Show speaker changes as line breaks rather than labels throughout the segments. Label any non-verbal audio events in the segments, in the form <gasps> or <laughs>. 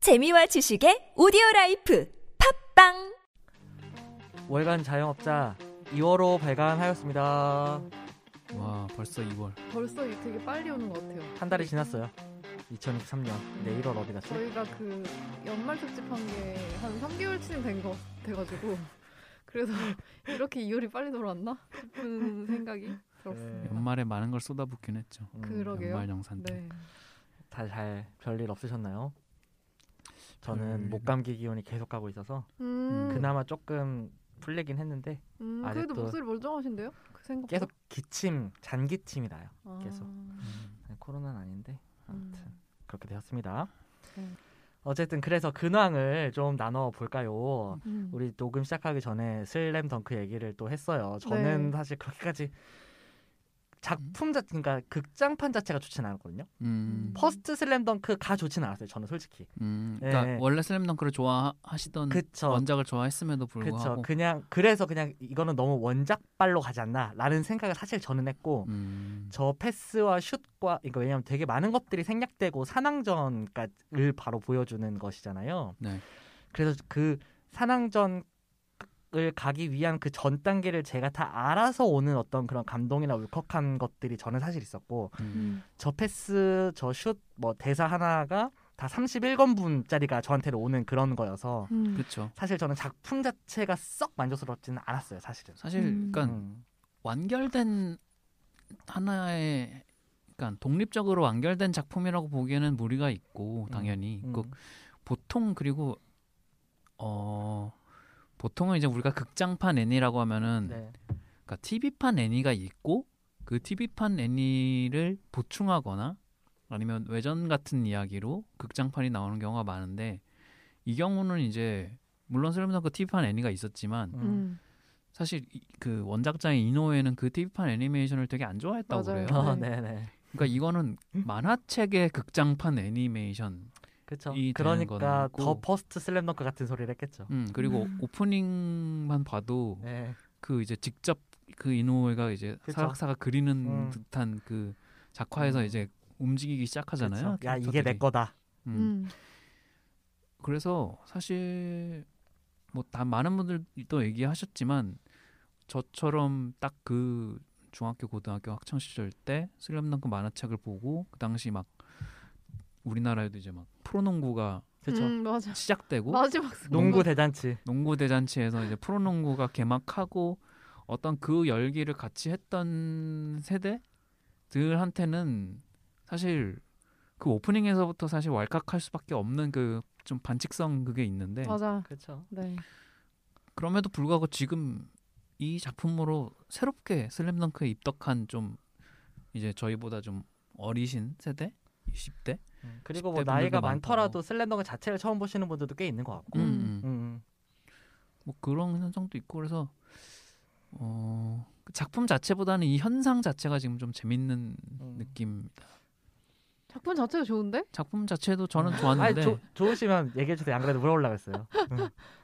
재미와 지식의 오디오 라이프 팝빵
월간 자영업자 2월호 발간하였습니다.
와 벌써 2월
벌써 이게 되게 빨리 오는 것 같아요.
한 달이 지났어요. 2023년 내 1월 어디 갔지? 음,
저희가 그 연말 특집한 게 한 3개월쯤 된 거 돼가지고 <laughs> 그래서 이렇게 2월이 빨리 돌아왔나
<laughs>
싶은 생각이 들었습니다.
연말에 많은 걸 쏟아붓긴 했죠
음,
그러- 그러게요.
연말 정산 때
네.
다잘 별일 없으셨나요? 저는
별일.
목감기 기운이 계속 가고 있어서
음,
그나마 조금 풀리긴 했는데
음, 그래도
아직도-
목소리 멀쩡하신데요? 그 아, 생각
계속 기침, 잔기침이 나요. 계속.
음,
네, 코로나는 아닌데 아무튼 그렇게 되었습니다.
음. 네.
어쨌든 그래서 근황을 좀 나눠 볼까요? 우리 녹음 시작하기 전에 슬램덩크 얘기를 또 했어요. 저는
네.
사실 그렇게까지 작품 자, 그러니까 극장판 자체가 좋진 않았거든요.
음,
퍼스트 슬램덩크가 좋진 않았어요. 저는 솔직히.
음,
네.
그러니까 원래 슬램덩크를 좋아하시던
그쵸.
원작을 좋아했음에도
그렇죠.
불구하고
그냥 그래서 그냥 이거는 너무 원작발로 가지 않나라는 생각을 사실 저는 했고
음,
저 패스와 슛과 이거 왜냐면 되게 많은 것들이 생략되고 산왕전까지를 바로 보여주는 것이잖아요.
네.
그래서 그 산왕전을 가기 위한 그 전 단계를 제가 다 알아서 오는 어떤 그런 감동이나 울컥한 것들이 저는 사실 있었고
음,
저 패스, 저 슛 뭐 대사 하나가 다 31건분짜리가 저한테로 오는 그런 거여서
음.
그렇죠
사실 저는 작품 자체가 썩 만족스럽지는 않았어요, 사실은.
사실
음.
그러니까
음.
완결된 하나의 그러니까 독립적으로 완결된 작품이라고 보기에는 무리가 있고 당연히
음.
그 보통 그리고 어 보통은 이제 우리가 극장판 애니라고 하면은
네.
그러니까 TV판 애니가 있고 그 TV판 애니를 보충하거나 아니면 외전 같은 이야기로 극장판이 나오는 경우가 많은데 이 경우는 이제 물론 슬램덩크 TV판 애니가 있었지만
음.
사실 이- 그 원작자인 이노우에는 그 TV판 애니메이션을 되게 안 좋아했다고
맞아요.
그래요.
어,
네.
네, 네.
그러니까 이거는 만화책의 극장판 애니메이션
그렇죠.
이 되는
그러니까
거고.
더 퍼스트 슬램덩크 같은 소리를 했겠죠.
음, 그리고
음.
오프닝만 봐도
네.
그 이제 직접 그 이노우에가 이제
그쵸.
사각사각 그리는
음.
듯한 그 작화에서
음.
이제 움직이기 시작하잖아요.
그쵸. 야 이게 내
캐릭터들이.
거다.
음.
음.
그래서 사실 뭐 다 많은 분들도 얘기하셨지만 저처럼 딱 그 중학교 고등학교 학창 시절 때 슬램덩크 만화책을 보고 그 당시 막 우리나라에도 이제 막 프로농구가
그렇죠.
음, 맞아.
시작되고
마지막 순간.
농구 대잔치.
농구 대잔치에서 이제 프로농구가 개막하고 어떤 그 열기를 같이 했던 세대들한테는 사실 그 오프닝에서부터 사실 왈칵할 수밖에 없는 그 좀 반칙성 그게 있는데
맞아.
그렇죠.
네.
그럼에도 불구하고 지금 이 작품으로 새롭게 슬램덩크에 입덕한 좀 이제 저희보다 좀 어리신 세대 20대
음.
그리고 뭐
10대 분들도
나이가
많고.
많더라도 슬램덩크 자체를 처음 보시는 분들도 꽤 있는 것 같고.
음,
음.
음.
음.
뭐 그런 현상도 있고 그래서 어그 작품 자체보다는 이 현상 자체가 지금 좀 재밌는
음.
느낌입니다.
작품 자체가 좋은데?
작품 자체도 저는
아니
좋았는데
조, 좋으시면 얘기해 주세요. 안 그래도 물어보려고 했어요.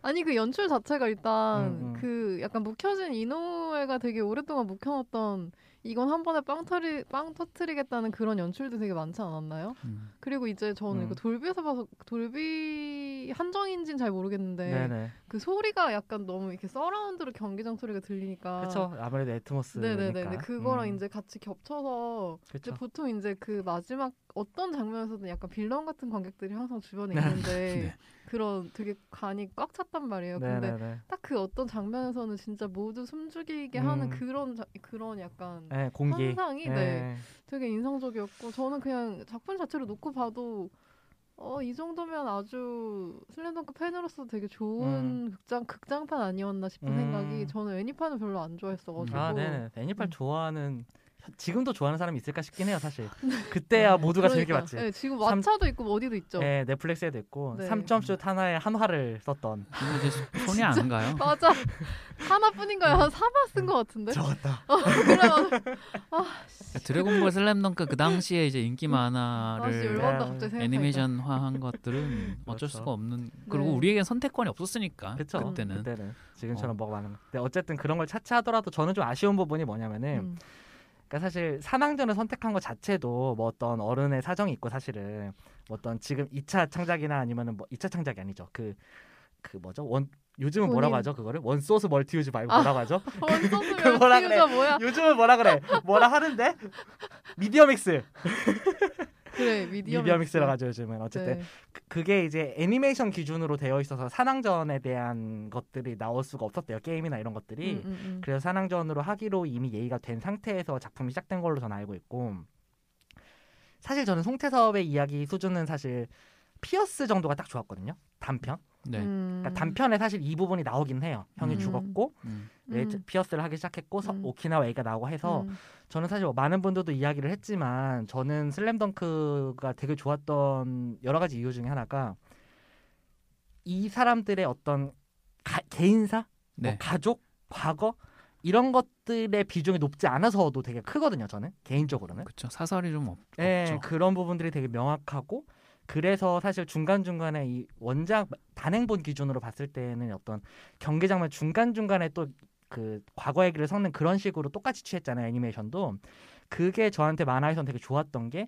아니 그 연출 자체가 일단
음, 음.
그 약간 묵혀진 이노에가 되게 오랫동안 묵혀놨던 이건 한 번에 빵 터리 빵 터트리겠다는 그런 연출도 되게 많지 않았나요?
음,
그리고 이제 저는
음.
그 돌비에서 봐서 돌비 한정인진 잘 모르겠는데
네, 네.
그 소리가 약간 너무 이렇게 서라운드로 경기장 소리가 들리니까
그렇죠. 아무래도 에트모스니까.
네네네. 근데 그거랑
음.
이제 같이 겹쳐서 이제
그렇죠.
보통 이제 그 마지막 어떤 장면에서든 약간 빌런 같은 관객들이 항상
<laughs>
주변에 있는데
네.
그런 되게 간이 꽉 찼단 말이에요. 근데
네네네.
딱 그 어떤 장면에서는 진짜 모두 숨죽이게
음.
하는 그런 자- 그런 약간
네, 공기.
환상이,
네.
네. 되게 인상적이었고 저는 그냥 작품 자체로 놓고 봐도 어 이 정도면 아주 슬램덩크 팬으로서 되게 좋은 극장 극장판 아니었나 싶은
음.
생각이 저는 애니판을 별로 안 좋아했어가지고
아, 네네. 애니팔
음.
좋아하는 지금도 좋아하는 사람이 있을까 싶긴 해요,
<laughs>
사실. 그때야 모두가 재밌게
그러니까,
봤지.
네, 지금
삼-
왓챠도 있고 어디도 있죠.
네, 넷플릭스에도 있고
네.
3점슛 하나에 한화를 썼던
근데 이제 손- 손이 안 가요.
맞아 <laughs> 하나뿐인가요? 한 3화
음.
쓴 것 같은데.
적었다.
<laughs> 그래
그러니까 드래곤볼 슬램덩크 그 당시에 이제 인기
다시
만화를
열받다
음,
갑자기 생각하니까.
애니메이션화한 것들은
그렇죠.
어쩔 수가 없는 그리고
네.
우리에겐 선택권이
아,
없었으니까
그쵸?
때는
어.
그때는 지금처럼 먹어가는. 근데 어쨌든 그런 걸 차치하더라도 저는 좀 아쉬운 부분이 뭐냐면은
음. <laughs>
그러니까 사실 산왕전을 선택한 것 자체도 뭐 어떤 어른의 사정이 있고 사실은 뭐 어떤 지금 2차 창작이나 아니면은 뭐 2차 창작이 아니죠. 그 그 뭐죠? 원 요즘은 뭐라고
본인.
하죠? 그거를 원소스 멀티유즈 말고
아.
뭐라고 하죠?
원소스
그 뭐라
멸치 유자 <laughs> 뭐야?
요즘은 뭐라 그래? 뭐라 하는데? 미디어 믹스. <laughs>
그래 미디어,
미디어 믹스라고 하죠, 요즘은. 어쨌든
네.
그- 그게 이제 애니메이션 기준으로 되어 있어서 산왕전에 대한 것들이 나올 수가 없었대요. 게임이나 이런 것들이.
음, 음, 음.
그래서 산왕전으로 하기로 이미 예의가 된 상태에서 작품이 시작된 걸로 저는 알고 있고 사실 저는 송태섭의 이야기 수준은 사실 피어스 정도가 딱 좋았거든요. 단편.
네.
음.
그러니까 단편에 사실 이 부분이 나오긴 해요. 형이
음.
죽었고
음.
얘
음.
피어스를 하기 시작했고 서-
음.
오키나와 얘가 나오고 해서
음.
저는 사실 뭐 많은 분들도 이야기를 했지만 저는 슬램덩크가 되게 좋았던 여러 가지 이유 중에 하나가 이 사람들의 어떤 가- 개인사, 뭐
네.
가족, 과거 이런 것들의 비중이 높지 않아서도 되게 크거든요. 저는 개인적으로는.
그렇죠. 사설이 좀 없,
예,
없죠.
그런 부분들이 되게 명확하고 그래서 사실 중간 중간에 이 원작 단행본 기준으로 봤을 때는 어떤 경기 장면 중간 중간에 또 그 과거 얘기를 섞는 그런 식으로 똑같이 취했잖아요 애니메이션도 그게 저한테 만화에선 되게 좋았던 게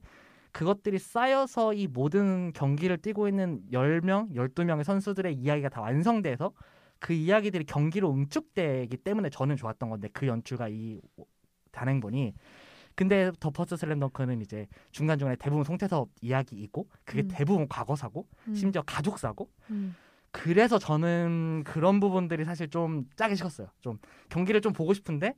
그것들이 쌓여서 이 모든 경기를 뛰고 있는 10명, 12명의 선수들의 이야기가 다 완성돼서 그 이야기들이 경기로 응축되기 때문에 저는 좋았던 건데 그 연출과 이 단행본이 근데 더 퍼스트 슬램덩크는 이제 중간중간에 대부분 송태섭 이야기이고 그게
음.
대부분 과거사고
음.
심지어 가족사고
음.
그래서 저는 그런 부분들이 사실 좀 짜게 식었어요 좀 경기를 좀 보고 싶은데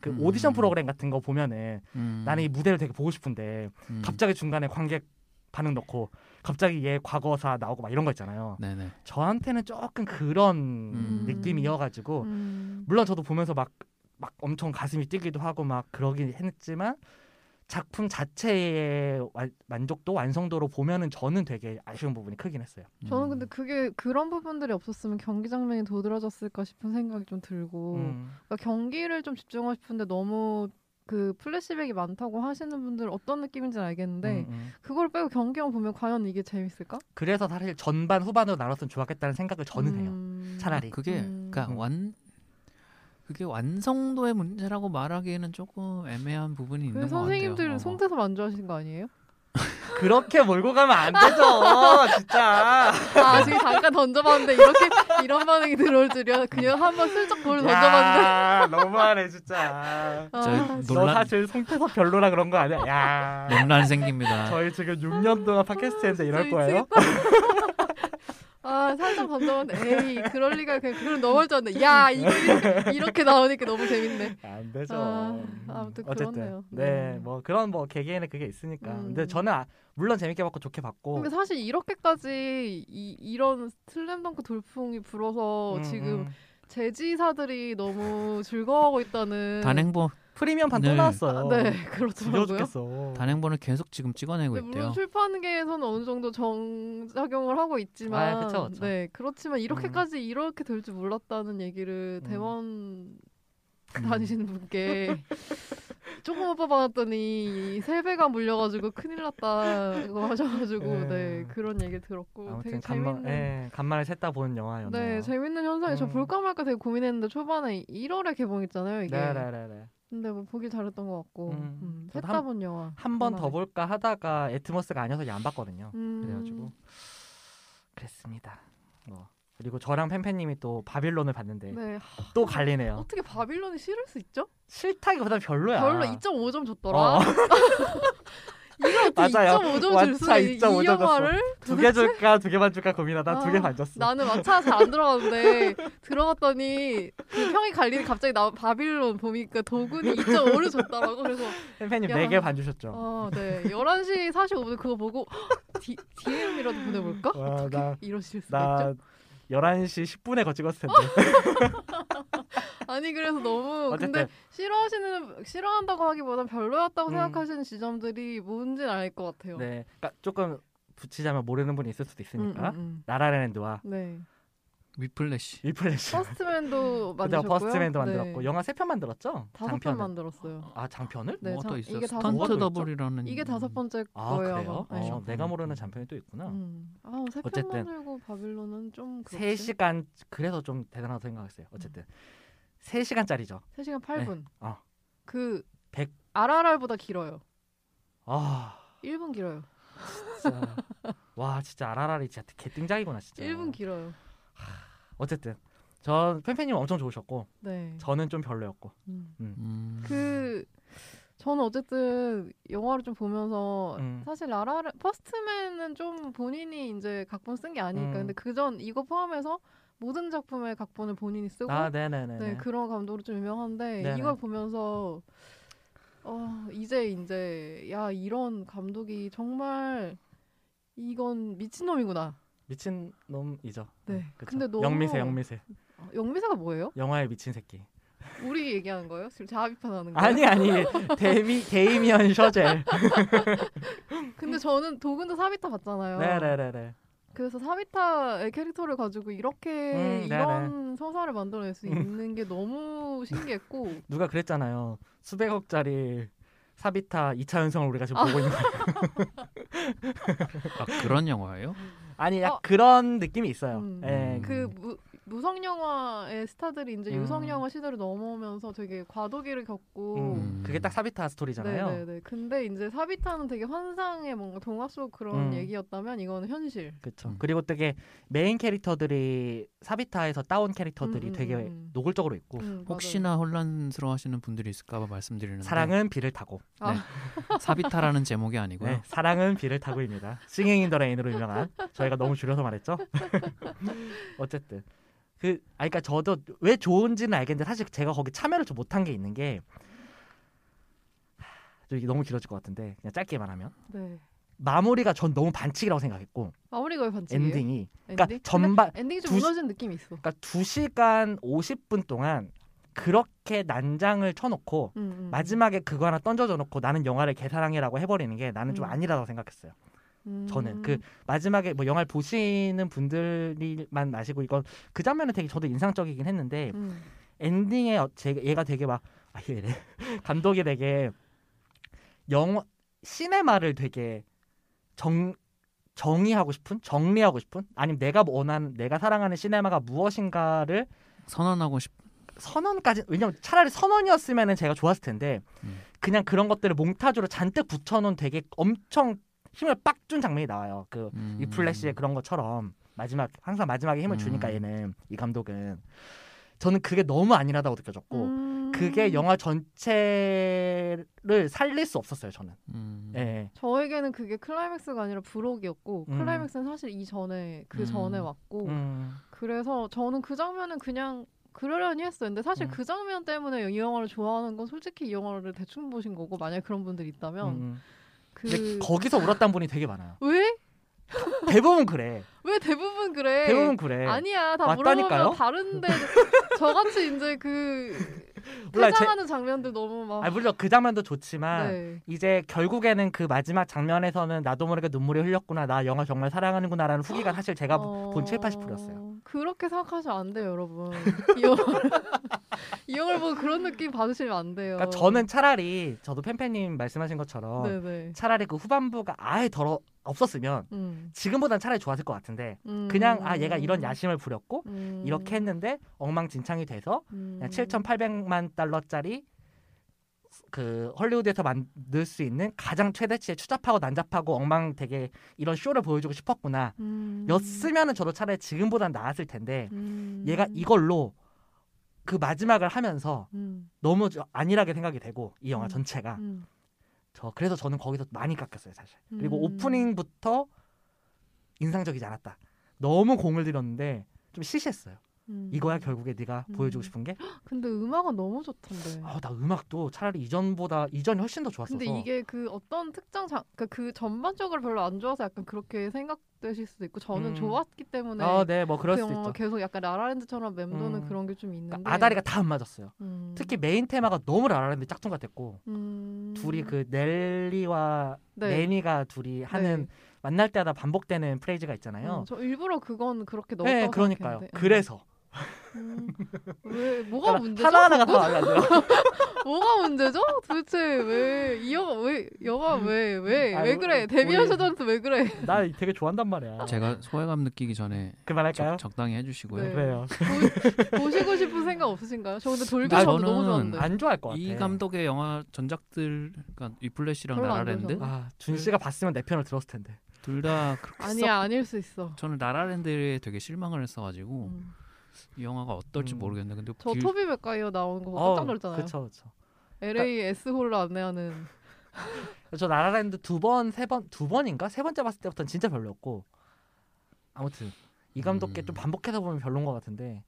그
음.
오디션 프로그램 같은 거 보면은
음.
나는 이 무대를 되게 보고 싶은데
음.
그- 갑자기 중간에 관객 반응 넣고 갑자기 얘 과거사 나오고 막 이런 거 있잖아요
음. 네네.
저한테는 조금 그런
음.
느낌이어가지고
음.
물론 저도 보면서 막, 막 엄청 가슴이 뛰기도 하고 막 그러긴 했지만 작품 자체의 와- 만족도 완성도로 보면은 저는 되게 아쉬운 부분이 크긴 했어요.
음.
저는 근데 그게 그런 부분들이 없었으면 경기 장면이 도드라졌을까 싶은 생각이 좀 들고
음.
그러니까 경기를 좀 집중하고 싶은데 너무 그 플래시백이 많다고 하시는 분들 어떤 느낌인지 알겠는데
음, 음.
그걸 빼고 경기만 보면 과연 이게 재밌을까?
그래서 사실 전반 후반으로 나눴으면 좋았겠다는 생각을 저는 해요.
음.
차라리
그게
음.
그러니까 완 그게 완성도의 문제라고 말하기에는 조금 애매한 부분이 있는
그
것
어,
선생님들
같아요. 어, 뭐
송태섭 안 좋아하시는 거 아니에요?
<laughs> 그렇게 몰고 가면 안 되죠, 진짜.
아 지금 잠깐 던져봤는데 이렇게 이런 반응이 들어올 줄이야. 그냥 한번 슬쩍 볼을 던져봤는데.
야, 너무하네, 진짜.
아,
저
너
논란 네.
사실 송태섭 별로라 그런 거 아니야? 야.
논란
<laughs>
생깁니다.
저희 지금 6년 동안 팟캐스트 했는데 이럴
진짜
거예요?
미치겠다. 네, <laughs> 아 살짝 던져봤는데 에이 그럴 리가 그냥 그걸 넘어올 줄 알았는데 야 이거 이렇게, 이렇게 나오니까 너무 재밌네.
안 되죠.
아,
음,
아무튼 그렇네요.
네,
네.
뭐 그런 뭐 개개인의 그게 있으니까.
음.
근데 저는 아, 물론 재밌게 봤고 좋게 봤고.
근데 사실 이렇게까지 이, 이런 슬램덩크 돌풍이 불어서
음,
뭐 지금
음.
제지사들이 너무 즐거워하고 있다는
단행본
프리미엄판 또
네.
아,
나왔어요.
네
지겨워
그렇더라고요.
죽겠어.
단행본을 계속 지금 찍어내고
네,
있대요.
물론 출판계에서는 어느 정도 정작용을 하고 있지만
아, 그쵸, 그쵸.
네 그렇지만 이렇게까지 이렇게 될 줄 몰랐다는 얘기를
음.
대원
음.
<laughs>
다니시는 분께 조금 오빠 받았더니 세 배가 물려가지고 큰일 났다고 하셔가지고
예.
네 그런 얘기 들었고 되게
아무튼 간만,
재밌는
예, 간만에 셋다 보는 영화였네요.
네 재밌는 현상이 저
음.
볼까 말까 되게 고민했는데 초반에 1월에 개봉했잖아요 이게
네, 네, 네, 네.
근데 뭐 보길 잘했던 것 같고
음.
음.
저도
했다
한-
본 영화
한 번 더
워낙에.
볼까 하다가 에트머스가 아니어서 이제 안 봤거든요.
음.
그래가지고 그랬습니다. 뭐 그리고 저랑 팬팬님이 또 바빌론을 봤는데
네 하,
또 갈리네요.
어떻게 바빌론이 싫을 수 있죠?
싫다기보다 별로야.
별로 2.5점 줬더라.
아. 어.
<laughs> 이거 어떻게
맞아요.
2.5점
마차
줄 수가 이, 이
2.5점 줬어.
영화를
두 개 줄까 두 개만 줄까 고민하다 두
아,
개만 줬어.
나는 마차 잘 안 들어갔는데 들어갔더니 그 평이 갈리는 갑자기 나 바빌론 보니까 도군이 2.5를 줬더라고 그래서
팬팬님
야.
네 개 반 주셨죠.
어네 11시 45분 그거 보고 <gasps> 헉, 디, DM이라도 보내볼까?
와,
어떻게
나-
이러실 수가 있죠?
나 11시 10분에 거 찍었을 텐데.
아니 그래서
<laughs>
너무
어쨌든
근데 싫어하시는 싫어한다고 하기보단 별로였다고
음.
생각하시는 지점들이 뭔지는 알 것 같아요.
네. 그러니까 조금 붙이자면 모르는 분이 있을 수도
음,
있으니까.
음, 음.
라라랜드와
네.
위플래시.
위플래시. <laughs>
퍼스트맨도
그때
만드셨고요.
퍼스트맨도
네.
만들었고 영화 세 편 만들었죠?
다섯
장편을.
편 만들었어요.
아, 장편을?
네,
뭐가
저-
또
이게
있어?
다섯
번째-
스턴트 더블이라는
이게 다섯 번째
음. 아,
거예요.
그래요?
아마. 네.
어, 내가 모르는 장편이 또 있구나.
음. 그렇죠. 아, 세편
어쨌든.
만들고 바빌론은 좀
세
그렇지.
시간 그래서 좀 대단하다고
음.
생각했어요. 어쨌든 세 시간짜리죠.
세 시간 8분.
어.
그
네. 백-
RRR보다 길어요.
아
1분 길어요.
진짜 와 진짜 아라라리 진짜 개띵작이구나 진짜.
1분 길어요.
어쨌든 저 팬팬님 엄청 좋으셨고
네.
저는 좀 별로였고.
음.
음.
그 저는 어쨌든 영화를 좀 보면서
음.
사실 라라를 퍼스트맨은 좀 본인이 이제 각본 쓴 게 아니니까
음.
근데 그전 이거 포함해서 모든 작품의 각본을 본인이 쓰고
아 네네네.
네, 그런 감독으로 좀 유명한데
네네.
이걸 보면서 어, 이제 이제 야 이런 감독이 정말 이건 미친놈이구나.
미친 놈이죠. 음,
네.
그쵸.
근데 너무-
영미세 영미세
어, 영미사가 뭐예요?
영화의 미친 새끼.
네. 우리 얘기하는 거예요? 지금 자아 비판하는 거예요?
아니 아니 데미 데이미언 셔젤.
<laughs> 어. 근데 저는 도근도 사비타 봤잖아요.
네네네네.
그래서 사비타의 캐릭터를 가지고 이렇게
음,
이런 서사를 만들어낼 수 있는 게 너무 신기했고
누가 그랬잖아요. 수백억짜리 사비타 2차 연성을 우리가 지금 보고 있는 거예요.
아, 그런 영화예요?
아니 약
어.
그런 느낌이 있어요.
음.
예,
그 무, 무성 영화의 스타들이 이제
음.
유성 영화 시대로 넘어오면서 되게 과도기를 겪고
음, 그게 딱 사비타 스토리잖아요.
네네네. 근데 이제 사비타는 되게 환상의 뭔가 동화 속 그런
음.
얘기였다면 이거는 현실.
그렇죠.
음.
그리고 되게 메인 캐릭터들이 사비타에서 따온 캐릭터들이
음, 음,
되게
음.
노골적으로 있고
음,
혹시나 혼란스러워하시는 분들이 있을까봐 말씀드리는데
사랑은 비를 타고
사비타라는 제목이
네,
아니고요.
사랑은 비를 타고입니다. 싱잉 인더 레인으로 유명한 저희가 너무 줄여서 말했죠. <laughs> 어쨌든 그 아니 그러니까 저도 왜 좋은지는 알겠는데 사실 제가 거기 참여를 좀 못한 게 있는 게 하, 저 이게 너무 길어질 것 같은데 그냥 짧게 말하면
맞아요. 네.
마무리가 전 너무 반칙이라고 생각했고
마무리가 왜 반칙이에요?
엔딩이 그러니까
엔딩? 근데
전반
엔딩이 좀
두 시-
무너진 느낌이 있어.
그러니까 2시간 50분 동안 그렇게 난장을 쳐놓고
음, 음.
마지막에 그거 하나 던져줘 놓고 나는 영화를 개사랑해라고 해버리는 게 나는 좀
음.
아니라고 생각했어요.
음.
저는 그 마지막에 뭐 영화를 보시는 분들만 아시고 이건 그 장면은 되게 저도 인상적이긴 했는데
음.
엔딩에 어- 제- 얘가 되게 막 아, 얘네 <laughs> 감독이 되게 영화 시네마를 되게 정 정의하고 싶은 정리하고 싶은 아니면 내가 원하는 내가 사랑하는 시네마가 무엇인가를
선언하고 싶.
선언까지 왜냐면 차라리 선언이었으면은 제가 좋았을 텐데
음.
그냥 그런 것들을 몽타주로 잔뜩 붙여놓은 되게 엄청 힘을 빡 준 장면이 나와요. 그 이
음.
플래시의 그런 것처럼 마지막 항상 마지막에 힘을
음.
주니까 얘는 이 감독은 저는 그게 너무 아니라고 느껴졌고
음.
그게 영화 전체를 살릴 수 없었어요. 저는.
음.
예.
저에게는 그게 클라이맥스가 아니라 부록이었고
음.
클라이맥스는 사실 이전에 그 전에
음.
왔고
음.
그래서 저는 그 장면은 그냥 그러려니 했어요. 근데 사실
음.
그 장면 때문에 이 영화를 좋아하는 건 솔직히 이 영화를 대충 보신 거고 만약에 그런 분들이 있다면
음.
그
근데 거기서 울었던 분이 되게 많아요.
왜?
대부분
<laughs>
그래.
왜 대부분 그래?
대부분 그래.
네. 아니야 다
맞다니까요? <laughs>
물어보면 다른데 저같이 이제 그
몰라요. 제-
퇴장하는 장면들 너무 막
아, 물론 그 장면도 좋지만
네.
이제 결국에는 그 마지막 장면에서는 나도 모르게 눈물이 흘렸구나 나 영화 정말 사랑하는구나라는 후기가 사실 제가
어,
본 7, 80%였어요.
그렇게 생각하시면 안 돼요, 여러분.
<laughs>
이 영화를 이 영화를 보고 그런 느낌 받으시면 안 돼요.
그러니까 저는 차라리 저도 팬팬님 말씀하신 것처럼
어. 네네.
차라리 그 후반부가 아예 덜어 없었으면
음.
지금보단 차라리 좋았을 것 같은데
음.
그냥 아 얘가 이런 야심을 부렸고
음.
이렇게 했는데 엉망진창이 돼서
음.
그냥 7,800만 달러짜리 그 헐리우드에서 만들 수 있는 가장 최대치의 추잡하고 난잡하고 엉망 되게 이런 쇼를 보여주고 싶었구나
음.
였으면은 저도 차라리 지금보단 나았을 텐데
음.
얘가 이걸로 그 마지막을 하면서
음.
너무 저- 안일하게 생각이 되고 이 영화
음.
전체가
음.
저 그래서 저는 거기서 많이 깎였어요 사실 그리고
음.
오프닝부터 인상적이지 않았다 너무 공을 들였는데 좀 시시했어요
음.
이거야 결국에 네가
음.
보여주고 싶은 게
근데 음악은 너무 좋던데.
아, 나 음악도 차라리 이전보다 이전이 훨씬 더 좋았어서
근데 이게 그 어떤 특정 장, 그러니까 그 전반적으로 별로 안 좋아서 약간 그렇게 생각되실 수도 있고 저는
음.
좋았기 때문에
아, 네, 뭐 그럴
그
수도
영화
있죠.
계속 약간 라라랜드처럼 맴도는
음.
그런 게 좀 있는데
그러니까 아다리가 다 안 맞았어요.
음.
특히 메인 테마가 너무 라라랜드 짝퉁 같았고
음.
둘이 그 넬리와
네.
매니가 둘이 하는
네.
만날 때마다 반복되는 프레이즈가 있잖아요.
음, 저 일부러 그건 그렇게 넣었다고
네, 그러니까요.
생각했는데.
그래서
음, 왜 뭐가 문제죠?
하나 하나가 다 마음에 안
<laughs>
들어.
뭐가 문제죠? 도대체 왜 이여가 왜 여가 왜 왜
아,
왜 그래?
우리-
데미안
우리-
셔전스 왜 그래?
나 되게 좋아한단 말이야.
제가 소외감 느끼기 전에
그만할까요?
적, 적당히 해주시고요.
네.
그래요.
보- 보시고 싶은 생각 없으신가요? 저 근데 돌비
아,
저도
저는
너무 좋았는데.
안 좋아할 것 같아.
이 감독의 영화 전작들, 그러니까 위플래시랑
별로 안
라라랜드
좋아서.
아, 준
그
씨가 봤으면 내 편을 들었을 텐데.
둘 다 그렇게 썩-
아니야 아닐 수 있어.
저는 라라랜드에 되게 실망을 했어가지고
음.
이 영화가 어떨지
음.
모르겠는데 근데
저
길-
토비 맥과이어 나오는 거 깜짝 놀랐잖아요.
그렇죠, 그렇죠.
LA S 홀로 안내하는
저 라라랜드 두 번, 세 번, 두 번인가 세 번째 봤을 때부터는 진짜 별로였고 아무튼 이 감독께
음.
좀 반복해서 보면 별론 것 같은데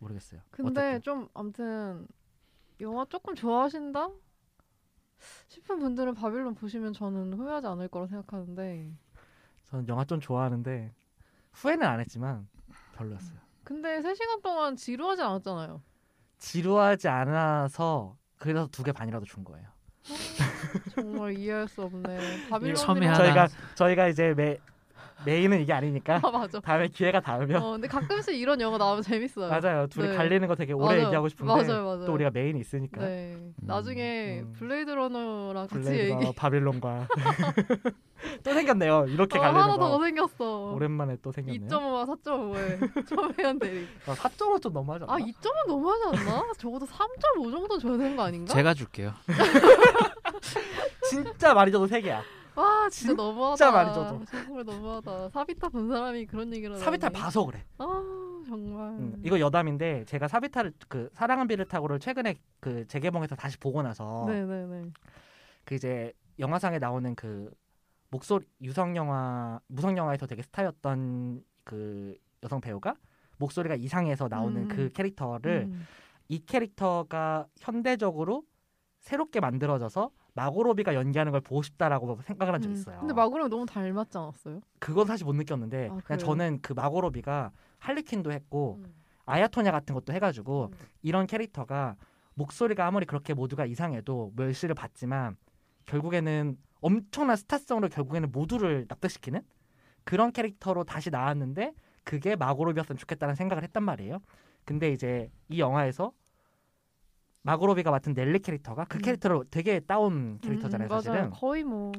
모르겠어요.
근데
어쨌든.
좀 아무튼 영화 조금 좋아하신다 싶은 분들은 바빌론 보시면 저는 후회하지 않을 거라 생각하는데
저는 영화 좀 좋아하는데 후회는 안 했지만 별로였어요.
근데 3시간 동안 지루하지 않았잖아요
지루하지 않아서 그래서 두 개 반이라도 준 거예요.
아, 정말 이해할 수 없네 아, 바빌론이
첨예하다.
저희가 저희가 이제 매 메인은 이게
<laughs>
아니니까
아 맞아
<laughs> 다음에 기회가 닿으면
어, 근데 가끔씩 이런 영화 나오면 재밌어요
맞아요. 둘이
네.
갈리는 거 되게 오래
맞아요.
얘기하고 싶은데
맞아요 맞아요
또 우리가 메인이 있으니까
네 나중에
음.
블레이드 러너랑 같이
블레이드와
얘기 <laughs>
바빌론과 <laughs> 또 생겼네요. 이렇게
어,
갈리는
하나 더
거
생겼어
오랜만에 또 생겼네요.
2.5와
<laughs>
4.5에 초회한 대립
아, 어, 4점은 좀 너무하지 않나?
아 2점은 너무하지 않나? 적어도 3.5 정도는 줘야 되는 거 아닌가?
제가 줄게요.
진짜 많이 줘도 3개야.
와 아, 진짜 너무하다.
진짜 많이 줘도.
정말 너무하다. 사비타 본 사람이 그런 얘기를 하다니.
사비탈 봐서 그래.
아 정말.
음, 이거 여담인데 제가 사비탈을 그 사랑한 비를 타고를 최근에 그 재개봉해서 다시 보고 나서
네네네.
그 이제 영화상에 나오는 그 목소리 유성 영화 무성 영화에서 되게 스타였던 그 여성 배우가 목소리가 이상해서 나오는
음.
그 캐릭터를
음.
이 캐릭터가 현대적으로 새롭게 만들어져서 마고로비가 연기하는 걸 보고 싶다라고 생각을 한 적이
음.
있어요.
근데 마구랑 너무 닮았지 않았어요?
그건 사실 못 느꼈는데
아,
그냥
그래요?
저는 그 마고로비가 할리퀸도 했고
음.
아야토냐 같은 것도 해가지고
음.
이런 캐릭터가 목소리가 아무리 그렇게 모두가 이상해도 멸시를 받지만 결국에는 엄청난 스타성으로 결국에는 모두를 납득시키는 그런 캐릭터로 다시 나왔는데 그게 마고로비였으면 좋겠다는 생각을 했단 말이에요. 근데 이제 이 영화에서 마고로비가 맡은 넬리 캐릭터가 그
음.
캐릭터를 되게 따온 캐릭터잖아요,
음, 맞아요.
사실은.
거의 뭐.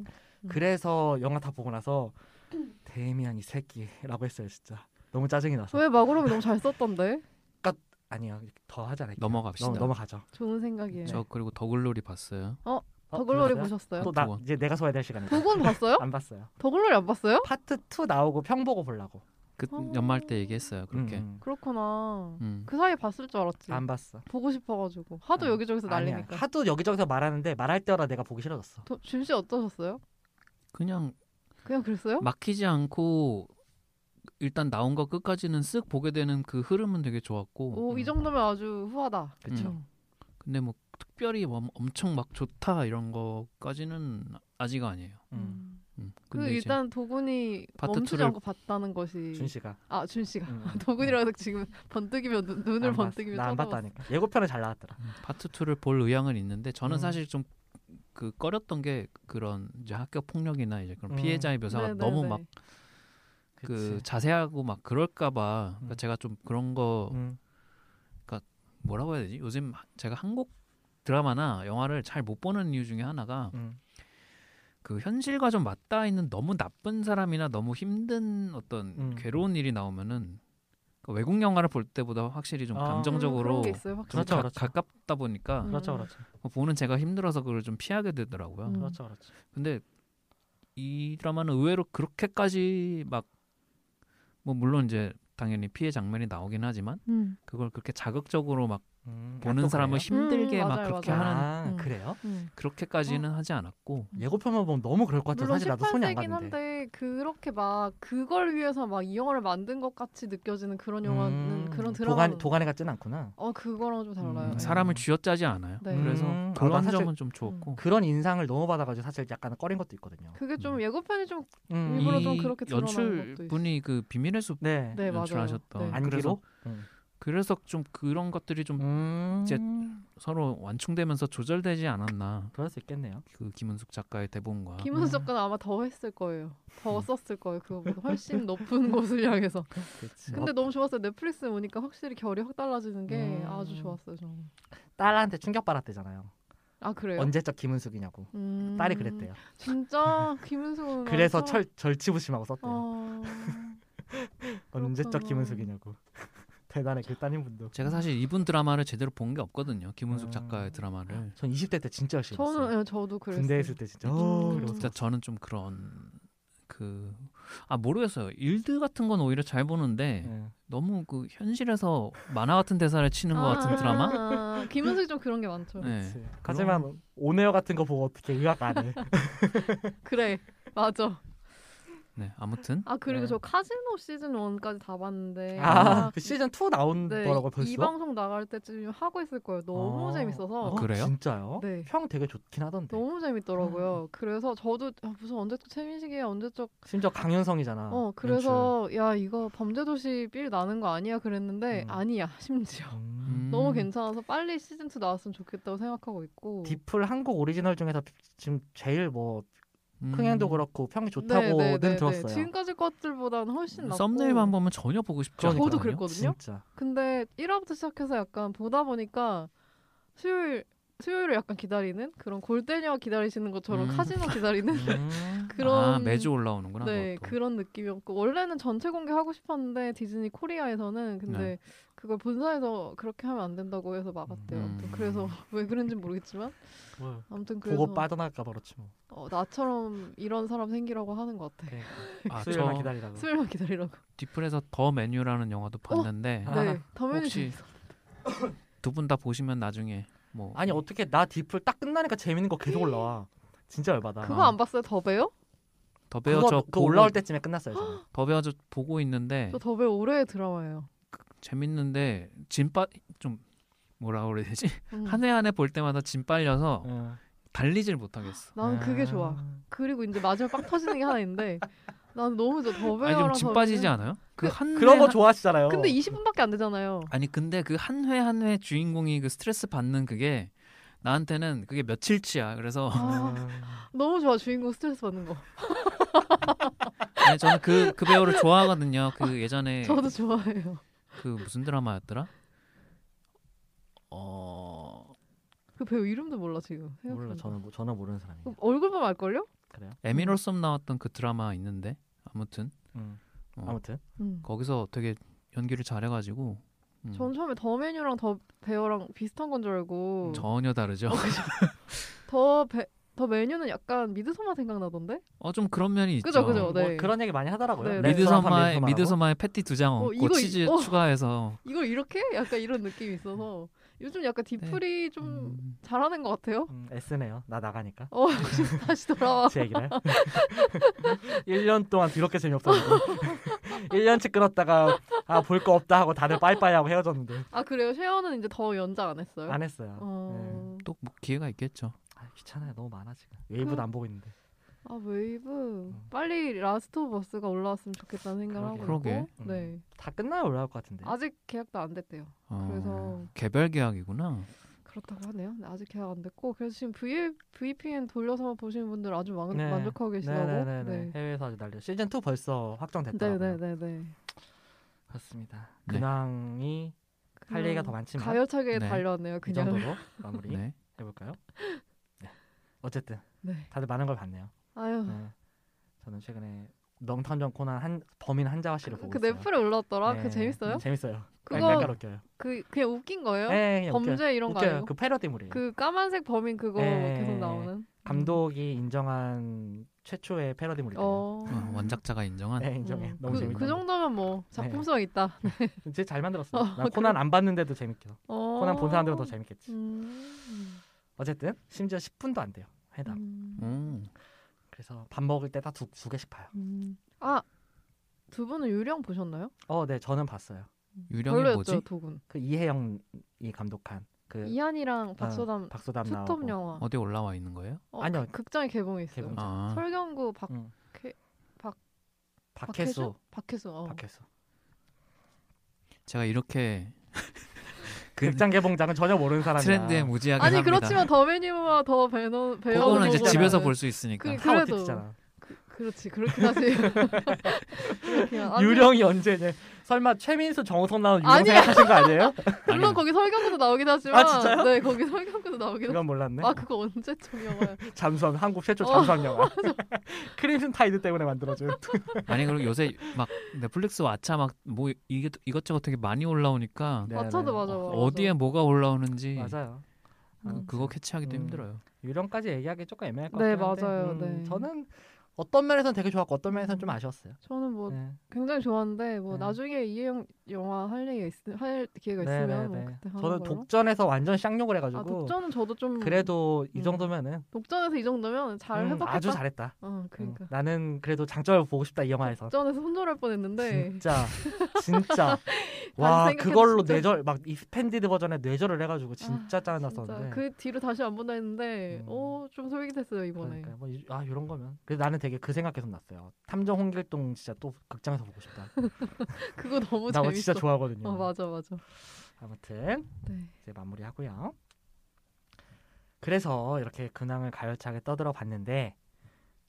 그래서 영화 다 보고 나서 <clears throat> 데미안 이 새끼라고 했어요, 진짜. 너무 짜증이 나서.
왜 마구랑 너무 잘 썼던데?
아니요, 더 하지 않을게요.
넘어갑시다.
넘- 넘어가죠.
좋은 생각이에요.
저 그리고 더글로리 봤어요.
어, 아.
더글로리
보셨어요?
보셨어요?
또 나
그거.
이제 내가 소화해야 될 시간이다.
보곤 봤어요?
안 봤어요.
더글로리 안 봤어요?
파트 2 나오고 평보고 보려고.
그
어.
연말 때 얘기했어요. 그렇게.
음, 음.
그렇구나.
음.
그 사이에 봤을 줄 알았지.
안 봤어.
보고 싶어가지고 하도
아,
여기저기서
아니야.
난리니까.
하도 여기저기서 말하는데 말할 때마다 내가 보기 싫어졌어.
도- 준씨 어떠셨어요?
그냥
그냥 그랬어요?
막히지 않고 일단 나온 거 끝까지는 쓱 보게 되는 그 흐름은 되게 좋았고
오, 이
음.
정도면 아주 후하다.
그쵸.
음.
근데 뭐 특별히 뭐 엄청 막 좋다 이런 거까지는 아직 아니에요.
음.
음.
음.
그
근데 이제
일단 도군이
파트
멈추지
투를-
않고 봤다는 것이
준 씨가
아 준씨가 <laughs>
음. 아,
도군이라서 지금 번뜩이며 눈, 눈을 번뜩이며
나안
쳐다봤어.
봤다니까. 예고편에 잘 나왔더라.
음, 파트 2를 볼 의향은 있는데 저는
음.
사실 좀 그 꺼렸던 게 그런 이제 학교 폭력이나 이제 그런
음.
피해자의 묘사가
네, 네,
너무
네.
막 그
그치.
자세하고 막 그럴까봐 그러니까
음.
제가 좀 그런 거
음.
뭐라고 해야 되지? 요즘 하- 제가 한국 드라마나 영화를 잘 못 보는 이유 중에 하나가
음.
그 현실과 좀 맞닿아 있는 너무 나쁜 사람이나 너무 힘든 어떤
음.
괴로운 일이 나오면은 그 외국 영화를 볼 때보다 확실히 좀
아.
음,
감정적으로
그런 게
좀
있어요 확실히.
그렇죠,
가,
그렇죠.
가깝다 보니까 뭐
음.
그렇죠, 그렇죠.
보는 제가 힘들어서 그걸 좀 피하게 되더라고요.
음.
그렇죠, 그렇죠.
근데 이 드라마는 의외로 그렇게까지 막 뭐 물론 이제 당연히 피해 장면이 나오긴 하지만
음.
그걸 그렇게 자극적으로 막
음.
보는
아, 또
사람을
그래요?
힘들게
음,
막
맞아요,
그렇게
맞아요.
하는
아,
음.
그래요?
음.
그렇게까지는 하지 않았고
예고편만 보면 너무 그럴 것 같아.
물론
사실 나도 손이 안
18세긴
갔는데.
한데 그렇게 막 그걸 위해서 막 이 영화를 만든 것 같이 느껴지는 그런 영화는
음,
그런 드라마
도간 도간에 같진 않구나.
어 그거랑 좀 달라요.
음,
네.
사람을 쥐어짜지 않아요.
네.
그래서
음.
그런
아, 나 사실-
점은 좀 좋았고
그런 인상을 너무 받아가지고 사실 약간 꺼린 것도 있거든요.
그게 좀
음.
예고편이 좀
음.
일부러
이
좀 그렇게 드러나는 것도
연출분이 그 비밀의 숲
네.
네, 맞아요.
연출하셨던
네.
안기로.
그래서
음.
그래서 좀 그런 것들이 좀
음,
이제- 서로 완충되면서 조절되지 않았나
그럴 수 있겠네요.
그 김은숙 작가의 대본과
김은수 작가는 아마 더 했을 거예요. 더 썼을 거예요. 그거보다 훨씬 높은 <laughs> 곳을 향해서.
음. 그치.
근데 너무 좋았어요. 넷플릭스 오니까 확실히 결이 확 달라지는 게
음.
아주 좋았어요. 정말.
딸한테 충격 받았대잖아요.
아 그래요?
언제적 김은숙이냐고.
음.
딸이 그랬대요.
진짜
<laughs>
김은숙은
그래서
완전-
철 네. 절치부심하고 썼대요.
어...
언제적
그렇구나.
김은숙이냐고. <laughs> 대단해 그 따님분도.
제가 사실 이분 드라마를 제대로 본 게 없거든요. 김은숙
음.
작가의 드라마를.
전 20대 때 진짜 열심히 봤어요.
저는 예, 저도 그랬어요.
군대 있을 때 진짜.
음.
그리고
진짜 저는 좀 그런 그 아 모르겠어요. 일드 같은 건 오히려 잘 보는데
예.
너무 그 현실에서 만화 같은 대사를 치는 것 같은
아,
드라마.
아, <laughs> 김은숙 좀 그런 게 많죠.
네.
그치. 하지만 오네어 같은 거 보고 어떻게 의학 안 해.
그래 맞아.
네, 아무튼
아 그리고
네.
저 카지노 시즌 1까지 다 봤는데
아,
네. 아마 네,
그 시즌 2 나온더라고요 벌써.
이 방송 나갈 때쯤 하고 있을 거예요. 너무
아.
재밌어서
어,
그래요?
진짜요?
네.
평 되게 좋긴 하던데.
너무 재밌더라고요. 그래서 저도 아, 무슨 언제적 최민식이야 언제적
심지어 강현성이잖아.
어 그래서 야 이거 범죄도시 삘 나는 거 아니야 그랬는데
음.
아니야 <laughs> 심지어
음.
음,
너무 괜찮아서 빨리 시즌 2 나왔으면 좋겠다고 생각하고 있고 네,
디플 한국 오리지널 중에서 지금 제일 뭐
음,
흥행도 그렇고 평이 좋다고는 들었어요.
네,
음,
지금까지 것들보다는 훨씬 낫고
썸네일만 보면 전혀 보고 싶지
저도
않거든요.
그랬거든요.
진짜.
근데 1화부터 시작해서 약간 보다 보니까 수요일 수요일을 약간 기다리는 그런 골대녀 기다리시는 것처럼
음.
카지노 기다리는 <laughs>
음.
그런
아, 매주 올라오는구나.
네
그것도.
그런 느낌이었고 원래는 전체 공개하고 싶었는데 디즈니 코리아에서는 근데
네.
그걸 본사에서 그렇게 하면 안 된다고 해서 막았대요.
음.
아무튼 그래서 <laughs> 왜 그런지 모르겠지만 아무튼 그래서
보고 빠져나갈까 버렸지 뭐. 네.
어, 나처럼 이런 사람 생기라고 하는 것 같아.
아,
수요일만
저
기다리라고.
수요일만 기다리라고.
디플에서 더 메뉴라는 영화도 봤는데
아,
네, 당연히
혹시 두 분 다 보시면 나중에 뭐
아니 어떻게 나 디플 딱 끝나니까 재밌는 거 계속 올라와. 진짜 열받아.
그거 안 봤어요? 더 배요?
더 배워
그거,
저
그거
보고-
올라올 때쯤에 끝났어요. 저는.
더 배워 저 보고 있는데
저 더 배 올해의 드라마예요.
재밌는데 진빠 좀 뭐라 그래야 되지
음.
한 해 한 해 볼 때마다 진 빨려서
응.
달리질 못하겠어.
나는 그게
아.
좋아. 그리고 이제 마지막 빵 터지는 게 하나 있는데 난 너무 저
아니 좀
더베어랑
진 빠지지 않아요?
그-
그한
그런 거 좋아하시잖아요.
근데 20분밖에 안 되잖아요.
아니 근데 그 한 회 한 회 주인공이 그 스트레스 받는 그게 나한테는 그게 며칠치야. 그래서 <laughs>
음.
아, 너무 좋아 주인공 스트레스 받는 거.
아니, 저는 그 그 배우를 좋아하거든요. 그 예전에
저도 좋아해요.
그 무슨 드라마였더라? 어
그 배우 이름도 몰라 지금.
몰라
생각해보니까.
저는 모- 저는 모르는 사람이에요.
얼굴 보면 알걸요?
그래요?
음.
에미롤섬 나왔던 그 드라마 있는데 아무튼
음.
어.
아무튼
음.
거기서 되게 연기를 잘해가지고 음,
전 처음에 더 메뉴랑 더 배어랑 비슷한 건 줄 알고
전혀
어,
다르죠.
더배더 메뉴는 약간 미드소마 생각나던데?
어 좀 그런 면이 있죠.
그죠, 그죠. 네.
뭐 그런 얘기 많이 하더라고요.
네, 네.
미드서마에
랜선
미드서마에 패티 두 장
어,
얹고
이거 이-
치즈
어.
추가해서
이걸 이렇게 약간 이런 느낌이 있어서 요즘 약간 디플이 좀
음,
잘하는 것 같아요.
음, S네요. 나 나가니까.
어 <laughs> 다시 돌아와.
제 얘기를. <laughs> 1년 동안 그렇게 재미없었는데. <laughs> 1년치 끊었다가 아 볼 거 없다 하고 다들 빠이빠이 하고 헤어졌는데
아 그래요? 쉐어는 이제 더 연장 안 했어요?
안 했어요. 네.
어...
또뭐 기회가 있겠죠.
아, 귀찮아요. 너무 많아 지금. 웨이브도
그-
안 보고 있는데.
아 웨이브 빨리 라스트 오브 어스가 올라왔으면 좋겠다는 생각을 하고
그러게.
있고
그러게. 네.
네
다 끝나야 올라올 것 같은데.
아직 계약도 안 됐대요
어,
그래서-
개별 계약이구나.
그렇다고 하네요 네, 아직 계약 안 됐고 그래서 지금 v, VPN 돌려서 보시는 분들 아주 만,
네.
족하고 계시다고
네네네. 네. 해외에서 아주 난리. 시즌 2 벌써 확정됐다고요.
네네네네
그렇습니다.
네.
근황이 할 얘기가 더 많지만
음, 가열차게
네.
달렸네요
이
그냥
정도로 마무리
<laughs> 네.
해볼까요? 네. 어쨌든
네
다들 많은 걸 봤네요.
아유
네. 저는 최근에 명탐정 코난 한 범인 한자와 씨를 보고
그
있어요.
넷플에 올라왔더라
네.
그 재밌어요?
재밌어요.
그거-
깔깔깔 웃겨요.
그 그냥 웃긴 거예요?
네, 그냥
범죄
웃겨요.
이런 거
웃겨요.
아니고
그 패러디물이에요.
그 까만색 범인 그거
네.
계속 나오는
감독이 인정한 최초의 패러디물이에요.
어...
어, 원작자가 인정한
네, 인정해.
음.
너무 네.
그,
재밌어.
그 정도면 뭐 작품성 있다.
진짜 잘 만들었어.
어,
나 코난 안 봤는데도 재밌겨.
어.
코난 본 사람들은 더 재밌겠지.
음.
어쨌든 심지어 10분도 안 돼요. 해당.
음.
음.
그래서 밥 먹을 때 다두 두 개씩 봐요.
음. 아, 두 분은 유령 보셨나요?
어, 네, 저는 봤어요.
유령이
별로였죠,
뭐지?
두 분.
그 이혜영이 감독한 그 어,
이한이랑 박소담
박소담
투톱
나오고
영화.
어디 올라와 있는 거예요?
어,
아니요.
그- 극장에 개봉했어요.
개봉.
아,
설경구 박
응.
박-
박혜수
박혜수. 어.
박혜수 <laughs>
제가 이렇게 그
극장 개봉장은 전혀 모르는 사람이야.
트렌드에 뭐. 무지하게
아니
삽니다.
그렇지만 더 메뉴와 더 배너 배너
그거는 이제
배워보고
집에서
나는-
볼 수 있으니까.
그-
다
그래도.
어쨌잖아.
그렇지
<laughs>
그렇긴 하지. 그냥 아니,
유령이 언제냐? 설마 최민수 정우성 나온 유령
아니야.
생각하신 거
<laughs>
아니에요?
물론 거기 설경구도 나오긴 하지만
아, 진짜요?
네 거기 설경구도 나오긴 하.
이건 몰랐네.
아 그거 언제쯤 영화야?
잠수함 한국 최초
어.
잠수함
<laughs>
영화. <laughs> 크림슨 타이드 때문에 만들어준.
아니 그리고 요새 막 넷플릭스 왓챠 막뭐 이게 이것저것 되게 많이 올라오니까
네,
맞춰도
네.
맞아. 맞아.
어디에 뭐가 올라오는지
네.
맞아요.
그- 그거 캐치하기도
음.
힘들어요.
유령까지 얘기하기 조금 애매할 것
네,
같긴 한데.
맞아요.
음,
네.
저는 어떤 면에서는 되게 좋았고 어떤 면에서는 좀 아쉬웠어요.
저는 뭐
네.
굉장히 좋아하는데 뭐
네.
나중에 이혜영 영화 할 얘기가 있, 할 기회가 있으면 뭐 그때 하는
네, 저는
걸로.
독전에서 완전 쌍욕을 해가지고
아 독전은 저도 좀
그래도 이
음.
정도면은
독전에서 이 정도면 잘
음,
회복했다.
아주 잘했다.
어
음,
그러니까
나는 그래도 장점을 보고 싶다 이 영화에서.
독전에서 혼절할 뻔했는데 <laughs>
진짜 진짜 와
네. 생각해도
그걸로
진짜. 아,
뇌절 막 익스펜디드 버전에 뇌절을 해가지고 진짜
진짜
짜증났었는데.
그 뒤로 다시 안 본다 했는데
음.
어좀 소용이 됐어요 이번에.
그러니까 뭐아 이런 거면 그래서 나는 되게 그 생각 계속 났어요. 탐정 홍길동 진짜 또 극장에서 보고
<laughs>
싶다.
<laughs> 그거 너무
나
재밌어.
그거 진짜 좋아하거든요.
어 맞아 맞아.
아무튼
네.
이제 마무리하고요. 그래서 이렇게 근황을 가열차게 떠들어 봤는데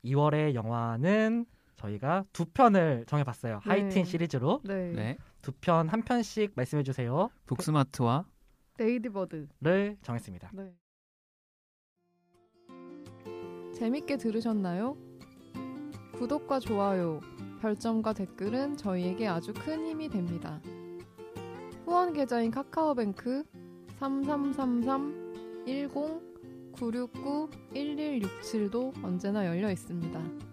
2월의 영화는 저희가 두 편을 정해봤어요.
네.
하이틴 시리즈로
네.
네.
두 편 한 편씩 말씀해 주세요를
북스마트와
레이디버드.
정했습니다.
네. 재밌게 들으셨나요? 구독과 좋아요, 별점과 댓글은 저희에게 아주 큰 힘이 됩니다. 후원 계좌인 카카오뱅크 3333 10 969 1167도 언제나 열려 있습니다.